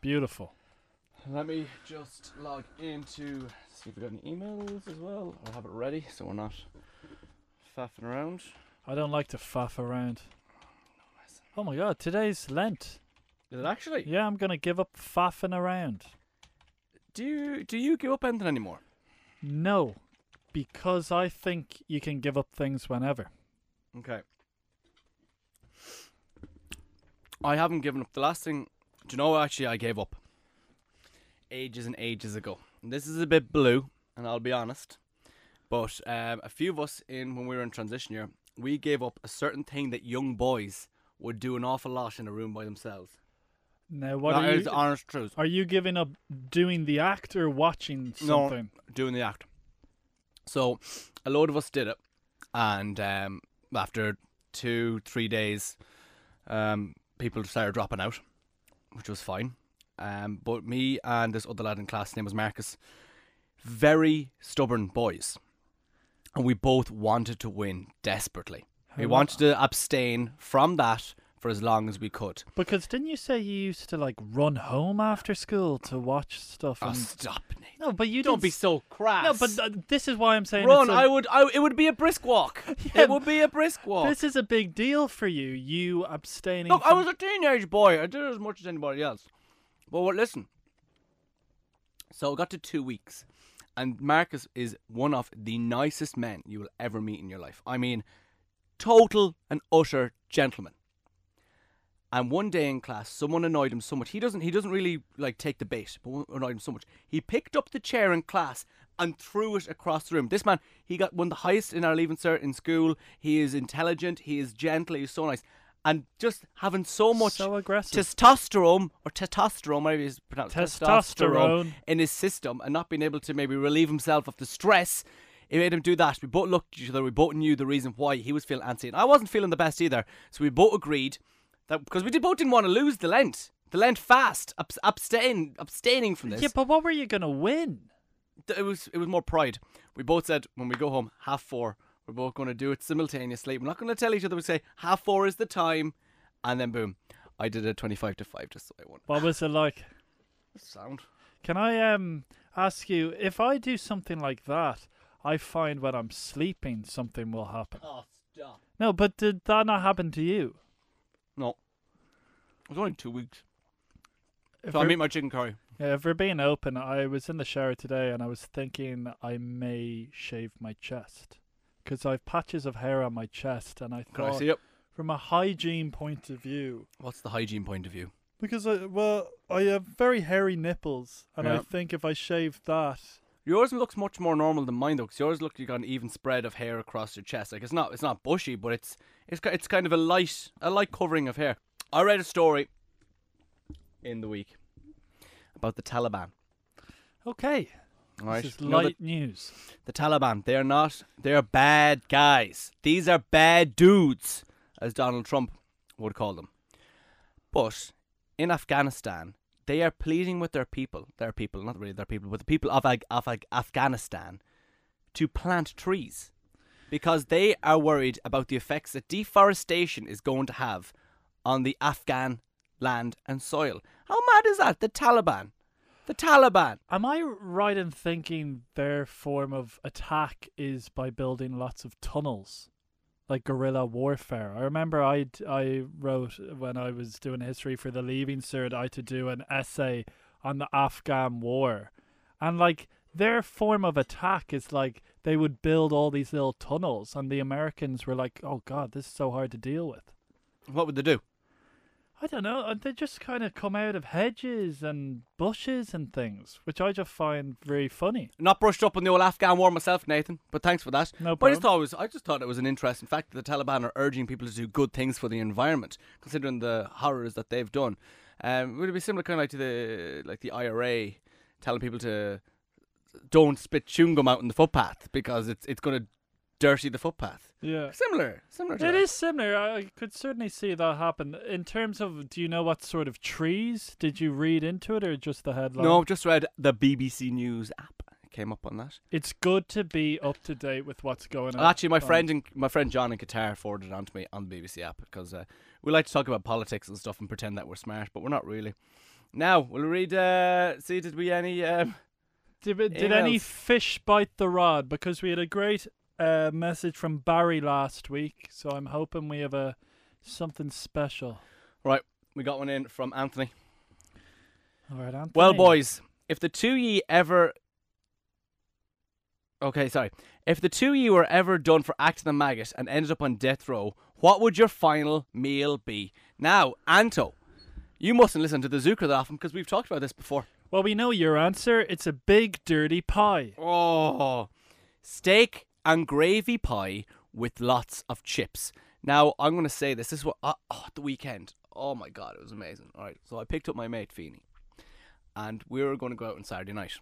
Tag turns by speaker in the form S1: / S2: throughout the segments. S1: Beautiful.
S2: Let me just log into see if we got any emails as well. I'll have it ready so we're not faffing around.
S1: I don't like to faff around. Oh my god, today's Lent.
S2: Is it actually?
S1: Yeah, I'm gonna give up faffing around.
S2: Do you do you give up anything anymore?
S1: No, because I think you can give up things whenever.
S2: Okay. I haven't given up. The last thing, do you know what actually I gave up? Ages and ages ago. And this is a bit blue, and I'll be honest. But um, a few of us in when we were in transition year, we gave up a certain thing that young boys would do an awful lot in a room by themselves.
S1: Now, what
S2: that
S1: are
S2: is
S1: you?
S2: the honest truth.
S1: Are you giving up doing the act or watching
S2: No.
S1: something?
S2: doing the act. So a load of us did it, and um, after two, three days, um, people started dropping out, which was fine. Um, but me and this other lad in class, his name was Marcus, very stubborn boys, and we both wanted to win desperately. We
S1: How-
S2: wanted to abstain from that for as long as we could.
S1: Because didn't you say you used to like run home after school to watch stuff?
S2: Oh,
S1: And...
S2: stop, Nate!
S1: no, but you
S2: Don't
S1: did
S2: be
S1: s-
S2: so crass.
S1: No, but uh, this is why I'm saying.
S2: Ron,
S1: it's a-
S2: I would, I, it would be a brisk walk.
S1: Yeah,
S2: it would be a brisk walk.
S1: This is a big deal for you. You abstaining.
S2: Look, I
S1: from-
S2: was a teenage boy. I did it as much as anybody else. But what? Listen. So it got to two weeks, and Marcus is one of the nicest men you will ever meet in your life. I mean, total and utter gentleman. And one day in class, someone annoyed him so much. He doesn't. He doesn't really like take the bait, but one annoyed him so much. He picked up the chair in class and threw it across the room. This man, he got one of the highest in our leaving cert in school. He is intelligent. He is gentle. He's so nice, and just having so much
S1: So aggressive.
S2: testosterone or testosterone, whatever it's pronounced,
S1: Testosterone.
S2: in his system, and not being able to maybe relieve himself of the stress. It made him do that. We both looked at each other. We both knew the reason why he was feeling antsy, and I wasn't feeling the best either. So we both agreed that because we did, both didn't want to lose the Lent, the Lent fast, abs- abstain, abstaining from this.
S1: Yeah, but what were you gonna win?
S2: Th- it was it was more pride. We both said when we go home, half four, we're both going to do it simultaneously. We're not going to tell each other. We say half four is the time, and then boom, I did a twenty-five to five just the way I wanted.
S1: What was it like?
S2: Sound.
S1: Can I um ask you if I do something like that? I find when I'm sleeping something will happen.
S2: Oh stop.
S1: No, but did that not happen to you?
S2: No. It was only two weeks.
S1: If
S2: so I
S1: we're-
S2: made my chicken curry.
S1: Yeah, if we're being open, I was in the shower today and I was thinking I may shave my chest because I have patches of hair on my chest, and I
S2: Can I
S1: thought,
S2: see it?
S1: from a hygiene point of view,
S2: What's the hygiene point of view?
S1: because I well, I have very hairy nipples, and I
S2: Yeah.
S1: think if I shave that,
S2: Yours looks much more normal than mine though, 'cause yours look you got an even spread of hair across your chest. Like it's not it's not bushy, but it's it's ki- it's kind of a light a light covering of hair. I read a story in the week about the Taliban.
S1: okay,
S2: All right,
S1: this is
S2: You know the-
S1: light news.
S2: the Taliban. They are not. They are bad guys. These are bad dudes, as Donald Trump would call them. But in Afghanistan, they are pleading with their people, their people, not really their people, but the people of, Af- of Af- Afghanistan, to plant trees because they are worried about the effects that deforestation is going to have on the Afghan land and soil. How mad is that? The Taliban. The Taliban.
S1: Am I right in thinking their form of attack is by building lots of tunnels, like guerrilla warfare? I remember I I wrote when I was doing history for the Leaving Cert, I had to do an essay on the Afghan War, and like their form of attack is like they would build all these little tunnels, and the Americans were like, "Oh God, this is so hard to deal with."
S2: What would they do?
S1: I don't know. uh, They just kind of come out of hedges and bushes and things, which I just find very funny.
S2: Not brushed up on the old Afghan war myself, Nathan, but thanks for that.
S1: No
S2: but I
S1: problem.
S2: just thought it was I just thought it was an interesting fact that the Taliban are urging people to do good things for the environment, considering the horrors that they've done. Um, would it be similar kind of like to the like the IRA telling people to don't spit chewing gum out in the footpath because it's it's going to dirty the footpath?
S1: Yeah.
S2: Similar, similar. To
S1: Uh, It
S2: that.
S1: is similar. I I could certainly see that happen. In terms of, do you know what sort of trees? Did you read into it or just the headline?
S2: No, I've just read the BBC News app. It came up on that.
S1: It's good to be up to date with what's going on.
S2: Actually, my
S1: uh, on.
S2: friend in, my friend John in Qatar forwarded it on to me on the BBC app because uh, we like to talk about politics and stuff and pretend that we're smart, but we're not really. Now, we'll read, uh, see, did we any. Um,
S1: Did, it- did any
S2: Emails.
S1: fish bite the rod? Because we had a great uh, message from Barry last week, so I'm hoping we have a something special.
S2: we got one in from Anthony.
S1: All right, Anthony.
S2: Well, boys, if the two ye ever. Okay, sorry. If the two ye were ever done for acting the maggot and ended up on death row, what would your final meal be? Now, Anto, you mustn't listen to the Zucker that often because we've talked about this before.
S1: Well, we know your answer. It's a big dirty pie.
S2: Oh, steak and gravy pie with lots of chips. Now I'm gonna say this. This is what uh, oh, the weekend. Oh my god, it was amazing. All right, so I picked up my mate Feeney, and we were gonna go out on Saturday night.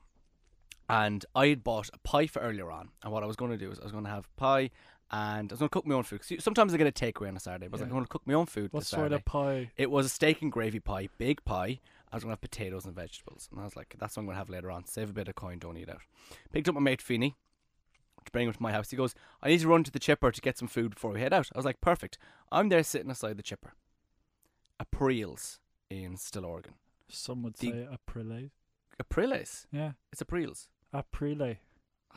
S2: And I had bought a pie for earlier on, and what I was gonna do is I was gonna have pie, and I was gonna cook my own food. 'Cause sometimes I get a takeaway on a Saturday, but I was like, I'm gonna cook my own food.
S1: What
S2: this
S1: sort
S2: Saturday.
S1: of pie?
S2: It was a steak and gravy pie, big pie. I was gonna have potatoes and vegetables, and I was like, "That's what I'm gonna have later on. Save a bit of coin, don't eat out." Picked up my mate Feeney to bring him to my house. He goes, "I need to run to the chipper to get some food before we head out." I was like, "Perfect." I'm there sitting aside the chipper, a Priels in Still Oregon.
S1: Some would
S2: The-
S1: say aprile.
S2: A Priles?
S1: Yeah,
S2: It's a Priels.
S1: aprile.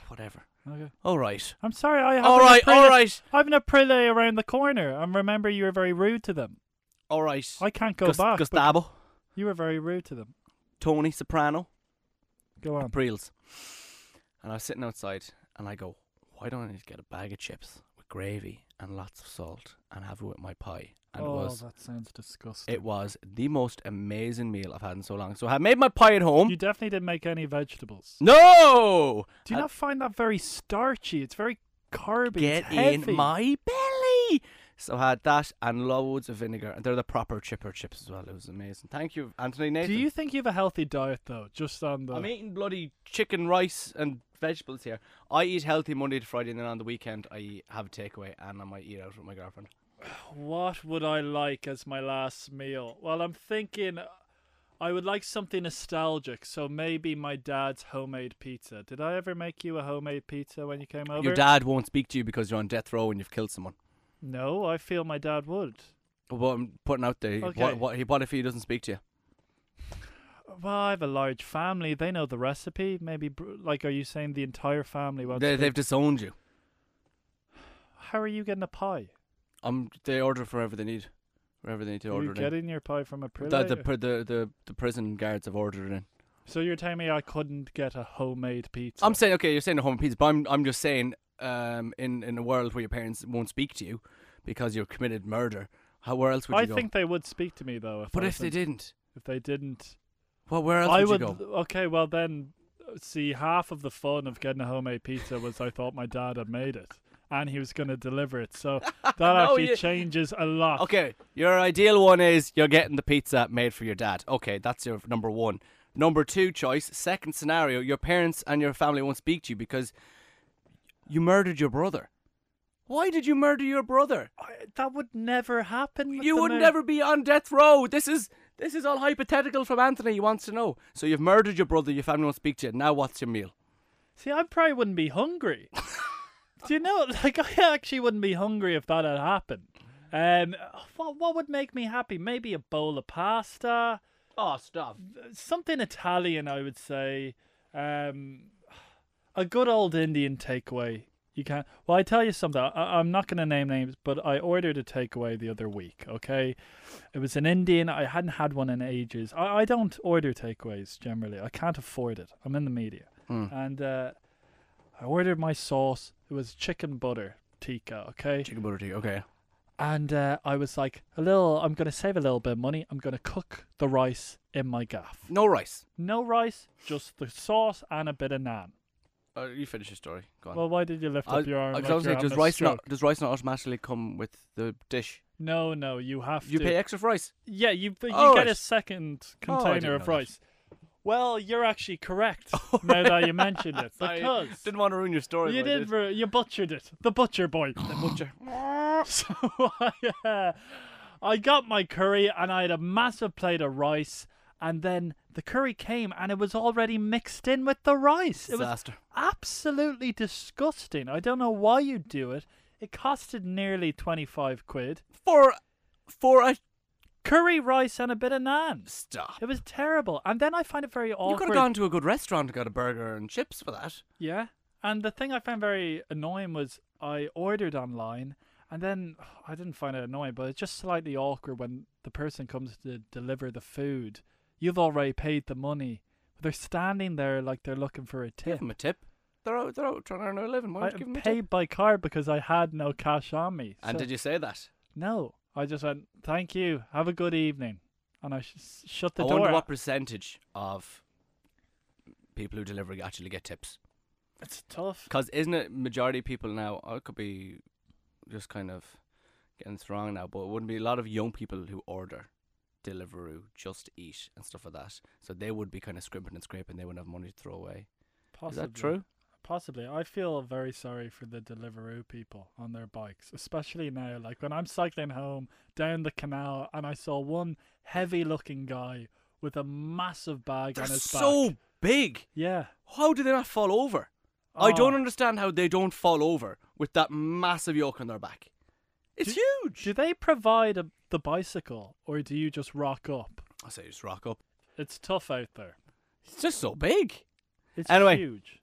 S2: Whatever.
S1: Okay.
S2: All right.
S1: I'm sorry. I have
S2: All
S1: an
S2: right.
S1: aprile.
S2: All right.
S1: I have an aprile around the corner. And remember, you were very rude to them.
S2: All right.
S1: I can't go
S2: Gus-
S1: back. but
S2: Gustavo,
S1: You were very rude to them.
S2: Tony Soprano,
S1: Go on.
S2: Priels. And I was sitting outside and I go, why don't I just get a bag of chips with gravy and lots of salt and have it with my pie? And
S1: oh,
S2: it was
S1: that sounds disgusting.
S2: it was the most amazing meal I've had in so long. So I made my pie at home.
S1: You definitely didn't make any vegetables.
S2: no!
S1: Do you
S2: Uh,
S1: not find that very starchy? It's very carby.
S2: Get
S1: it's heavy.
S2: in my belly! So I had that and loads of vinegar. And they're the proper chipper chips as well. It was amazing. Thank you, Anthony Nathan.
S1: Do you think you have a healthy diet though? Just on the.
S2: I'm eating bloody chicken, rice, and vegetables here. I eat healthy Monday to Friday, and then on the weekend I eat- have a takeaway, and I might eat out with my girlfriend.
S1: what would I like as my last meal? Well, I'm thinking, uh, I would like something nostalgic. So maybe my dad's homemade pizza. Did I ever make you a homemade pizza when you came over?
S2: Your dad won't speak to you because you're on death row and you've killed someone.
S1: No, I feel my dad would.
S2: What I'm putting out there,
S1: Okay.
S2: what, what, what if he doesn't speak to you?
S1: Well, I have a large family. They know the recipe. Maybe, br- like, are you saying the entire family? won't
S2: They,
S1: speak?
S2: they've disowned you.
S1: How are you getting a pie?
S2: Um, they order for whatever they need, wherever they need to
S1: Are
S2: order
S1: you
S2: it uh, in.
S1: getting your pie from a
S2: The,
S1: prelate?
S2: the, pr- the, the, the prison guards have ordered it in.
S1: So you're telling me I couldn't get a homemade pizza?
S2: I'm saying, okay, you're saying a home pizza, but I'm, I'm just saying, um, in, in a world where your parents won't speak to you because you've committed murder, how, where else would you
S1: I
S2: go?
S1: think they would speak to me though. If
S2: but
S1: I
S2: if they
S1: wasn't-
S2: didn't,
S1: if they didn't,
S2: Well, where else
S1: I
S2: would,
S1: would.
S2: you go?
S1: Okay, well then, uh, see, half of the fun of getting a homemade pizza was I thought my dad had made it and he was going to deliver it. So that
S2: No,
S1: actually
S2: you-
S1: changes a lot.
S2: Okay, your ideal one is you're getting the pizza made for your dad. Okay, that's your number one. Number two choice, second scenario, your parents and your family won't speak to you because you murdered your brother. Why did you murder your brother?
S1: I- that would never happen. with
S2: You
S1: the
S2: would
S1: ma-
S2: never be on death row. This is this is all hypothetical from Anthony. He wants to know. So you've murdered your brother. Your family won't speak to you. Now what's your meal?
S1: See, I probably wouldn't be hungry. Do you know? Like, I actually wouldn't be hungry if that had happened. Um, what what would make me happy? Maybe a bowl of pasta.
S2: Oh, stop.
S1: something Italian, I would say. Um, a good old Indian takeaway. You can Well, I tell you something. I, I'm not going to name names, but I ordered a takeaway the other week. Okay, it was an Indian. I hadn't had one in ages. I, I don't order takeaways generally. I can't afford it. I'm in the media,
S2: Mm.
S1: and uh, I ordered my sauce. It was chicken butter tikka. Okay,
S2: Chicken butter tea. Okay.
S1: and uh, I was like, a little. I'm going to save a little bit of money. I'm going to cook the rice in my gaff.
S2: No rice.
S1: No rice, just the sauce and a bit of naan.
S2: Uh, you finish your story. Go on.
S1: Well, why did you lift
S2: I
S1: up your arm?
S2: I was
S1: like
S2: gonna say,
S1: you're having
S2: does
S1: a
S2: rice not
S1: stroke?
S2: does rice not automatically come with the dish?
S1: No, no, you have
S2: You
S1: to.
S2: pay extra for rice.
S1: Yeah, you you
S2: Oh,
S1: get
S2: right.
S1: a second
S2: Oh, I
S1: container
S2: didn't know
S1: of
S2: that.
S1: rice. Well, you're actually correct now that you mentioned it
S2: Sorry,
S1: because
S2: didn't want to ruin your story.
S1: you
S2: but I
S1: did ru- you butchered it. The butcher boy.
S2: butcher.
S1: So I, uh, I got my curry and I had a massive plate of rice. And then the curry came and it was already mixed in with the rice. It was
S2: Disaster.
S1: absolutely disgusting. I don't know why you do it. It costed nearly 25 quid.
S2: For for a
S1: curry rice and a bit of naan.
S2: Stop.
S1: It was terrible. And then I find it very
S2: You
S1: awkward.
S2: could have gone to a good restaurant and got a burger and chips for that.
S1: Yeah. And the thing I found very annoying was I ordered online and then I didn't find it annoying, but it's just slightly awkward when the person comes to deliver the food. You've already paid the money, but they're standing there like they're looking for a
S2: Give
S1: tip.
S2: them a tip. They're out, they're out trying to earn their living. Why
S1: I
S2: don't you give them a tip?
S1: paid by card because I had no cash on me.
S2: And
S1: so-
S2: did you say that?
S1: No. I just went, thank you. Have a good evening. And I sh- shut the
S2: I
S1: door.
S2: wonder what percentage of people who deliver actually get tips.
S1: it's tough.
S2: Because isn't it majority of people now? I could be just kind of getting this wrong now, but it wouldn't be a lot of young people who order Deliveroo, Just Eat, and stuff like that. So they would be kind of scrimping and scraping. They wouldn't have money to throw away.
S1: Possibly.
S2: Is that true?
S1: Possibly. I feel very sorry for the Deliveroo people on their bikes, especially now. Like when I'm cycling home down the canal and I saw one heavy looking guy with a massive bag
S2: They're
S1: on his
S2: so
S1: back.
S2: big.
S1: Yeah.
S2: How do they not fall over? I don't
S1: Oh.
S2: understand how they don't fall over with that massive yoke on their back. It's huge.
S1: Do they provide a, the bicycle or do you just rock up?
S2: I say just rock up.
S1: It's tough out there.
S2: It's just so big.
S1: It's
S2: Anyway.
S1: huge.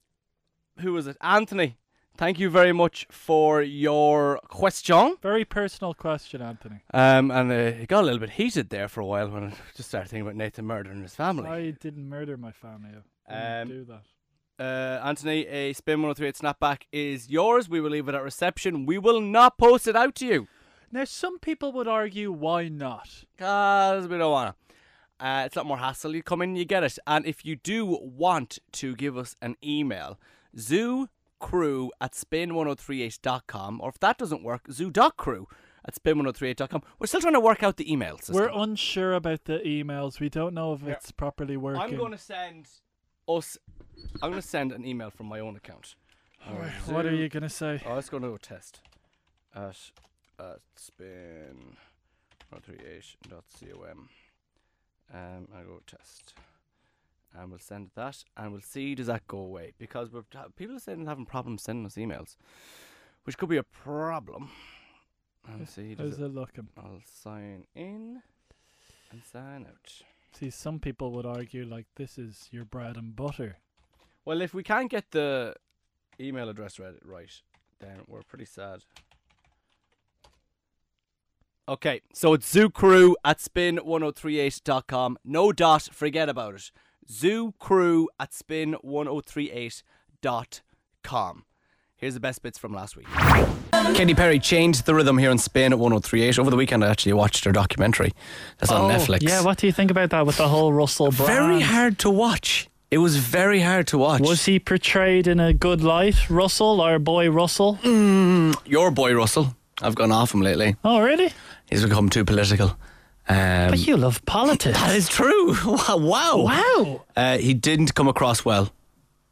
S2: Who was it? Anthony. Thank you very much for your question.
S1: Very personal question, Anthony.
S2: Um, and uh, it got a little bit heated there for a while when I just started thinking about Nathan murdering his family.
S1: I didn't murder my family. I
S2: Um,
S1: didn't do that.
S2: Uh, Anthony, a Spin 138 snapback is yours. We will leave it at reception. We will not post it out to you
S1: Now, some people would argue, why not?
S2: because we don't want to. Uh, it's a lot more hassle. You come in, you get it. And if you do want to give us an email, zoo crew at spin1038.com, or if that doesn't work, zoo.crew at spin1038.com. We're still trying to work out the email system.
S1: We're unsure about the emails. We don't know if it's properly working.
S2: I'm going to send us. I'm going to send an email from my own account.
S1: All right, what are you going to say?
S2: Oh, let's go to a test. At at spin one three eight dot com. Um, I go test, and we'll send that, and we'll see does that go away because we've t- people are saying they're having problems sending us emails, which could be a problem. And see does
S1: How's
S2: it,
S1: it Um, looking?
S2: I'll sign in and sign out.
S1: See, some people would argue, like, this is your bread and butter.
S2: Well, if we can't get the email address read right, then we're pretty sad. Okay, so it's zoocrew at spin1038.com. No dot, forget about it. Zoocrew at spin1038.com. Here's the best bits from last week. Katy Perry changed the rhythm here in Spain at 1038. Over the weekend, I actually watched her documentary that's on Netflix.
S1: Oh, Yeah, what do you think about that with the whole Russell Brand?
S2: very hard to watch. It was very hard to watch.
S1: Was he portrayed in a good light, Russell, our boy Russell?
S2: Mm, Your boy Russell. I've gone off him lately.
S1: Oh, really?
S2: He's become too political. Um,
S1: But you love politics.
S2: that is true. wow.
S1: Wow.
S2: Uh, he didn't come across well.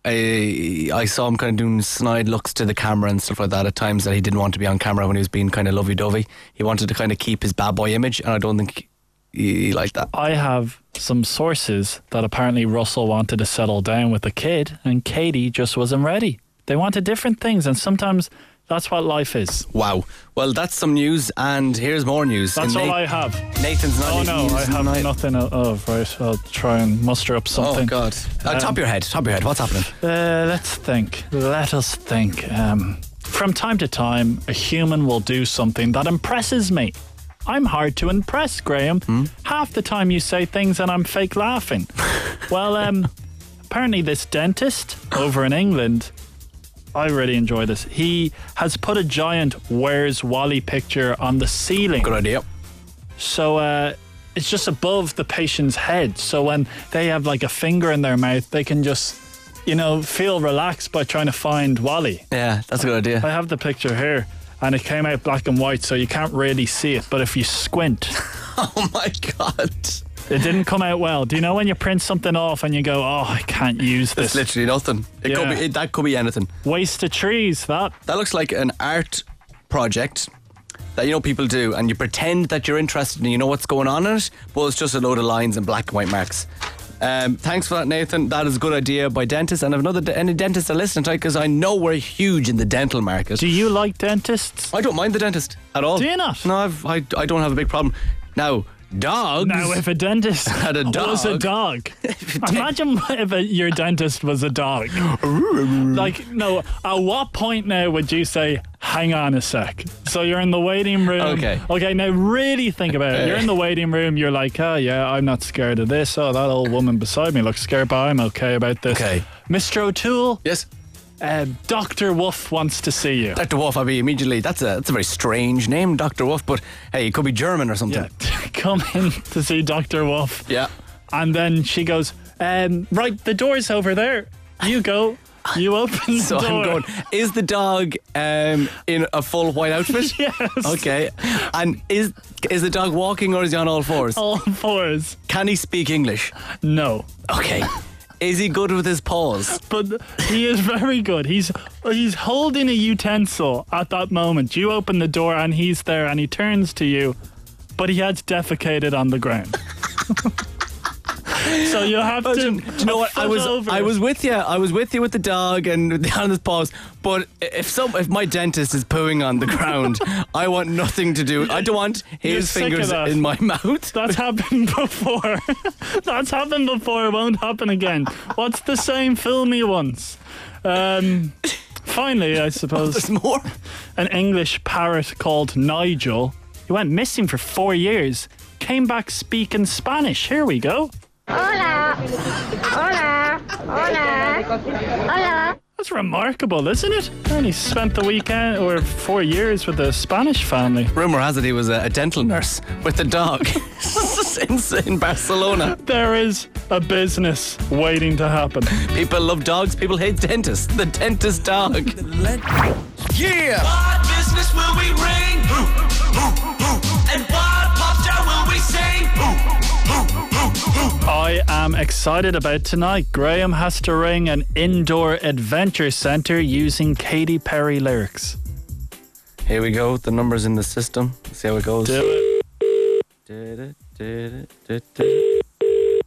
S2: I, I saw him kind of doing snide looks to the camera and stuff like that at times that he didn't want to be on camera when he was being kind of lovey dovey. He wanted to kind of keep his bad boy image, and I don't think he, he liked that.
S1: I have some sources that apparently Russell wanted to settle down with a kid and Katie just wasn't ready. They wanted different things and sometimes that's what life is.
S2: Wow. Well, that's some news, and here's more news.
S1: That's
S2: In
S1: all
S2: Na-
S1: I have.
S2: Nathan's not
S1: Oh
S2: even
S1: no, I
S2: news
S1: have
S2: tonight.
S1: nothing o- of, right? I'll try and muster up something.
S2: Oh, God. Uh,
S1: Um,
S2: top of your head. Top of your head. What's happening?
S1: Uh, let's think. Let us think. Um, from time to time, a human will do something that impresses me. I'm hard to impress, Graham. Half the time you say things and I'm fake laughing. well, um, apparently, this dentist over in England, I really enjoy this. He has put a giant Where's Wally picture on the ceiling.
S2: Good idea.
S1: So uh, it's just above the patient's head. So when they have like a finger in their mouth, they can just, you know, feel relaxed by trying to find Wally.
S2: Yeah, that's a good idea.
S1: I have the picture here. And it came out black and white, so you can't really see it. But if you squint,
S2: Oh my god.
S1: it didn't come out well. Do you know when you print something off and you go, "Oh, I can't use this"?
S2: It's literally nothing. It could
S1: Yeah.
S2: be it, that could be anything.
S1: Waste of trees. That
S2: That looks like an art project that you know people do, and you pretend that you're interested and you know what's going on in it, but it's just a load of lines and black and white marks. Um, thanks for that, Nathan. That is a good idea by dentists, and if another de- any dentists are listening to because I know we're huge in the dental market.
S1: do you like dentists?
S2: I don't mind the dentist at all.
S1: Do you not?
S2: No, I've, I I don't have a big problem. Now Dogs
S1: Now, if a dentist
S2: had a
S1: was a
S2: dog.
S1: dog, imagine if a, your dentist was a dog. like, no, at what point now would you say, hang on a sec? So you're in the waiting room.
S2: Okay.
S1: Okay, now really think about it. You're in the waiting room, you're like, oh, yeah, I'm not scared of this. Oh, that old woman beside me looks scared, but I'm okay about this.
S2: Okay.
S1: Mr. O'Toole,
S2: yes,
S1: uh, Dr. Wolf wants to see you.
S2: Dr. Wolf. I mean, immediately that's a that's a very strange name, Dr. Wolf. But hey, it could be German or something.
S1: Yeah, come in to see Dr. Wolf.
S2: Yeah.
S1: And then she goes, um, right, the door's over there. You go. You open the
S2: So
S1: door.
S2: I'm going. Is the dog um, in a full white outfit?
S1: Yes.
S2: Okay. And is is the dog walking or is he on all fours?
S1: All fours.
S2: Can he speak English?
S1: No.
S2: Okay. is he good with his paws?
S1: But he is very good. He's he's holding a utensil at that moment. You open the door and he's there and he turns to you, but he has defecated on the ground. so you have to.
S2: Oh, Do you, do you know
S1: a
S2: what? I
S1: foot
S2: was
S1: over.
S2: I was with you. I was with you with the dog and with the- on his paws. But if some if my dentist is pooing on the ground, I want nothing to do. I don't want his
S1: sick of
S2: fingers
S1: that.
S2: in my mouth.
S1: That's happened before. That's happened before. It won't happen again. What's the same? Fill me once. Um, finally, I suppose
S2: There's more.
S1: an English parrot called Nigel. He went missing for four years. Came back speaking Spanish. Here we go.
S3: Hola. Hola. Hola. Hola.
S1: That's remarkable, isn't it? And he spent the weekend or four years with a Spanish family.
S2: Rumor has it he was a, a dental nurse with the dog in, in Barcelona.
S1: There is a business waiting to happen.
S2: People love dogs. People hate dentists. The dentist dog. yeah.
S4: What business will we ring? Who, who, who? And what pop star will we sing? Who, who, who, who?
S1: I am excited about tonight. Graham has to ring an indoor adventure center using Katy Perry lyrics.
S2: Here we go. The numbers in the system. Let's see how it goes.
S1: Do it.
S2: Did it, did it, did it.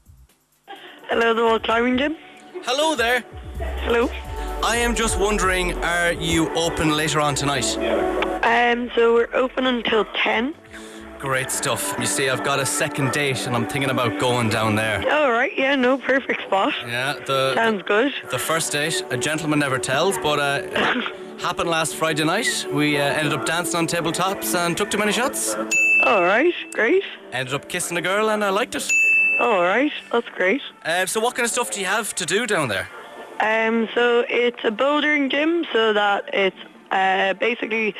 S5: Hello, the old climbing gym.
S2: Hello there.
S5: Hello.
S2: I am just wondering, are you open later on tonight?
S5: Um, so we're open until ten.
S2: Great stuff. You see, I've got a second date, and I'm thinking about going down there.
S5: All right. Yeah. No. Perfect spot.
S2: Yeah, the
S5: Sounds good.
S2: the first date, a gentleman never tells, but uh, it happened last Friday night. We uh, ended up dancing on tabletops and took too many shots.
S5: All right. Great.
S2: Ended up kissing a girl, and I liked it.
S5: All right. That's great.
S2: Uh, so, what kind of stuff do you have to do down there?
S5: Um, so it's a bouldering gym, so that it's uh, basically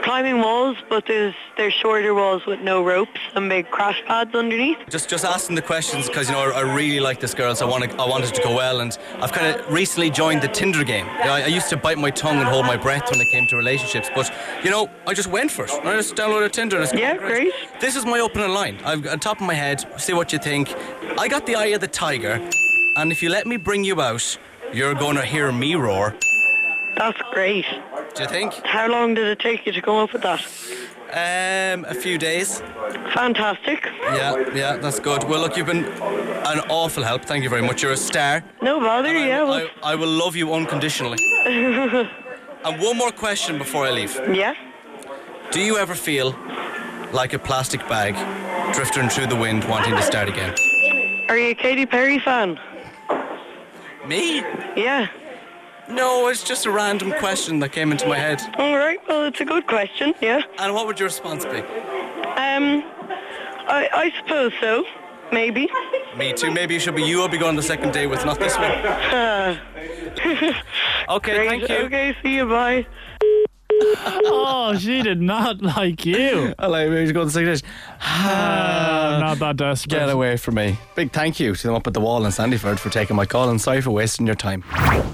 S5: climbing walls, but there's there's shorter walls with no ropes and big crash pads underneath.
S2: Just just asking the questions because you know I, I really like this girl, so I want to, I want it to go well, and I've kind of recently joined the Tinder game. You know, I, I used to bite my tongue and hold my breath when it came to relationships, but you know I just went for it. I just downloaded Tinder and it's going
S5: Yeah, great.
S2: This is my opening line. I've on top of my head. See what you think. I got the eye of the tiger, and if you let me bring you out, you're gonna hear me roar.
S5: That's great.
S2: Do you think?
S5: How long did it take you to come up with that?
S2: Um, a few days.
S5: Fantastic.
S2: Yeah, yeah, that's good. Well, look, you've been an awful help. Thank you very much. You're a star.
S5: No bother.
S2: I-
S5: Yeah.
S2: I,
S5: Well,
S2: I will love you unconditionally. and one more question before I leave.
S5: yeah.
S2: Do you ever feel like a plastic bag drifting through the wind wanting to start again?
S5: Are you a Katy Perry fan?
S2: Me?
S5: Yeah.
S2: No, it's just a random question that came into my head.
S5: All right. Well, it's a good question. Yeah.
S2: And what would your response be?
S5: Um, I, I suppose so. Maybe.
S2: Me too. Maybe it should be you. I'll be going on the second day with not this one. okay, thank you.
S5: Okay. See you. Bye.
S1: Oh, she did not like you.
S2: I like maybe go on the second day.
S1: I'm not that desperate.
S2: Get away from me. Big thank you to them up at the wall in Sandyford for taking my call and sorry for wasting your time.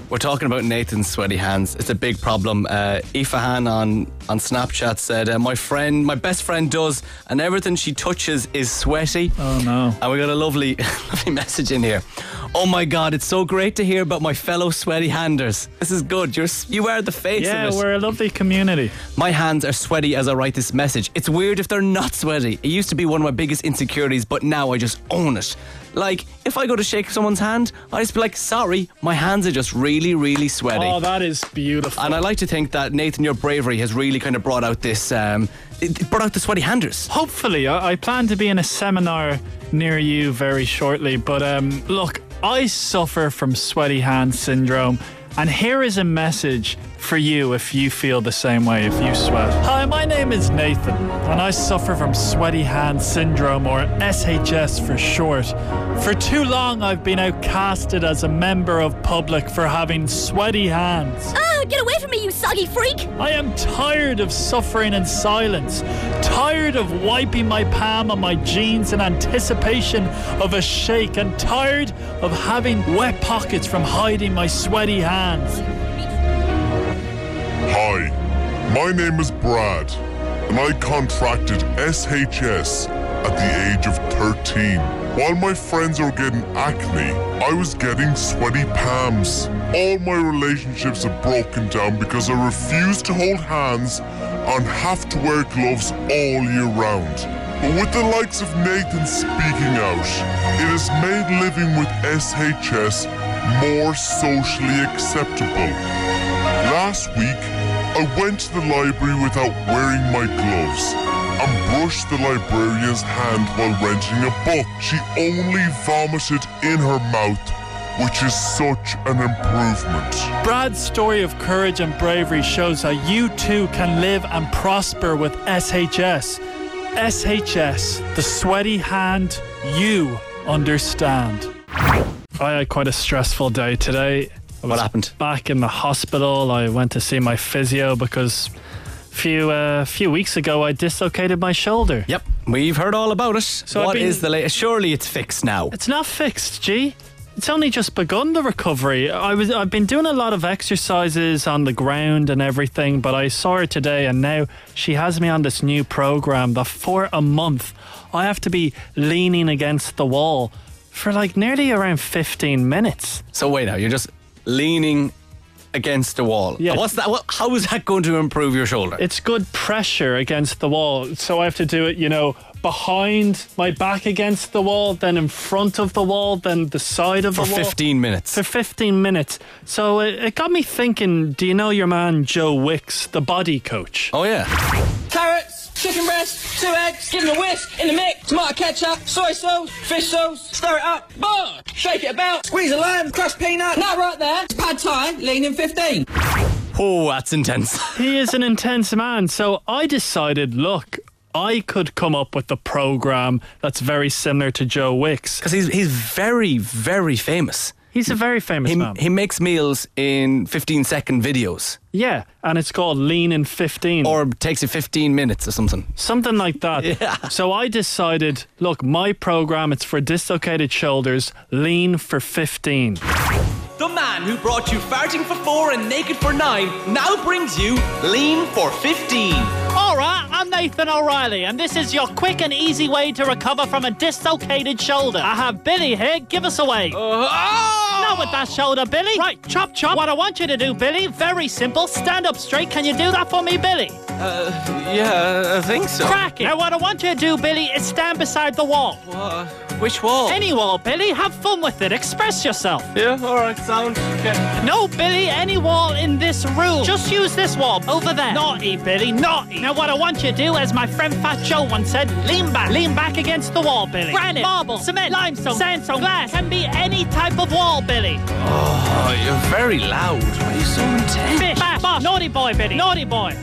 S2: We're talking about Nathan's sweaty hands. It's a big problem. Uh, Ifahan on, on Snapchat said, uh, My friend, my best friend does, and everything she touches is sweaty.
S1: Oh no.
S2: And we got a lovely, lovely message in here. Oh my God, it's so great to hear about my fellow sweaty handers. This is good. You're, s- you are the face
S1: Yeah,
S2: of it.
S1: we're a lovely community.
S2: My hands are sweaty as I write this message. It's weird if they're not sweaty. It used to be one of my biggest insecurities, but now I just own it. Like, if I go to shake someone's hand, I just be like, sorry, my hands are just really, really sweaty.
S1: Oh, that is beautiful.
S2: and I like to think that Nathan, your bravery has really kind of brought out this, um, it it brought out the sweaty handers.
S1: Hopefully, I, I plan to be in a seminar near you very shortly. But um, look, I suffer from sweaty hand syndrome. And here is a message for you if you feel the same way, if you sweat.
S6: Hi, my name is Nathan, and I suffer from sweaty hand syndrome, or SHS for short. For too long, I've been outcasted as a member of public for having sweaty hands.
S3: Oh, get away from me, you soggy freak!
S6: I am tired of suffering in silence, tired of wiping my palm on my jeans in anticipation of a shake, and tired of having wet pockets from hiding my sweaty hands.
S7: Hi, my name is Brad, and I contracted SHS at the age of 13. While my friends were getting acne, I was getting sweaty palms. All my relationships have broken down because I refuse to hold hands and have to wear gloves all year round. But with the likes of Nathan speaking out, it has made living with SHS more socially acceptable. Last week, I went to the library without wearing my gloves and brushed the librarian's hand while renting a book. She only vomited in her mouth, which is such an improvement.
S6: Brad's story of courage and bravery shows how you too can live and prosper with SHS. SHS, the sweaty hand you understand.
S1: I had quite a stressful day today. I
S2: What
S1: was
S2: happened?
S1: Back in the hospital, I went to see my physio because a few uh, few weeks ago I dislocated my shoulder.
S2: Yep, we've heard all about it. So
S1: I've
S2: what
S1: been-
S2: is the latest? Surely it's fixed now.
S1: It's not fixed, G. It's only just begun the recovery. I was I've been doing a lot of exercises on the ground and everything, but I saw her today and now she has me on this new program that for a month I have to be leaning against the wall for like nearly around 15 minutes.
S2: So wait now, you're just leaning against the wall.
S1: Yeah.
S2: What's that? What, how is that going to improve your shoulder?
S1: it's good pressure against the wall. So I have to do it, you know, behind my back against the wall, then in front of the wall, then the side of
S2: for
S1: the wall.
S2: 15 minutes.
S1: for 15 minutes. So uh, it, it got me thinking do you know your man Joe Wicks, the body coach?
S2: oh yeah.
S8: Carrots, chicken breast, two eggs, give them a whisk, in the mix, tomato ketchup, soy sauce, fish sauce, stir it up, boom, shake it about, squeeze a lime, crushed peanut, now right there, it's pad thai, lean in 15.
S2: Oh, that's intense.
S1: He is an intense man. So I decided, look, I could come up with a program that's very similar to Joe Wicks.
S2: Because he's, he's very, very famous.
S1: He's a very famous
S2: He,
S1: man.
S2: he makes meals in 15 second videos
S1: yeah, and it's called Lean in 15.
S2: or takes you 15 minutes or something.
S1: something like that. So I decided, look, my program it's for dislocated shoulders, lean for 15.
S9: The man who brought you farting for four and naked for nine now brings you lean for 15.
S10: All right, I'm Nathan O'Reilly, and this is your quick and easy way to recover from a dislocated shoulder. I have Billy here. Give us away.
S2: Oh.
S10: Not
S1: ah!
S10: with that shoulder, Billy. Right, chop, chop. What I want you to do, Billy, very simple. Stand up straight. Can you do that for me, Billy?
S4: Yeah, I think so.
S10: Crack it. Now, what I want you to do, Billy, is stand beside the wall.
S4: Which wall?
S10: Any wall, Billy. Have fun with it. Express yourself.
S4: Yeah, alright, sound.
S10: No, Billy, any wall in this room. Just use this wall over there. Naughty, Billy, naughty. Now, what I want you to do, as my friend Fat Joe once said, lean back. Lean back against the wall, Billy. Granite, marble, cement, limestone, sandstone, glass. Can be any type of wall, Billy.
S4: Oh, you're very loud. Why are you so intense?
S10: Fish, bash, bosh. Naughty boy, Billy. Naughty boy.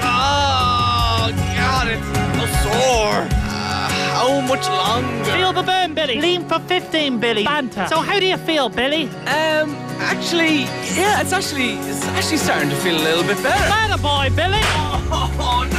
S4: Oh, God, it's so sore. Uh, how much longer?
S10: Feel the burn, Billy. Lean for 15, Billy. Banter. So, how do you feel, Billy?
S4: Um, actually, yeah, it's actually, it's actually starting to feel a little bit better.
S10: Banter boy, Billy.
S4: Oh, no.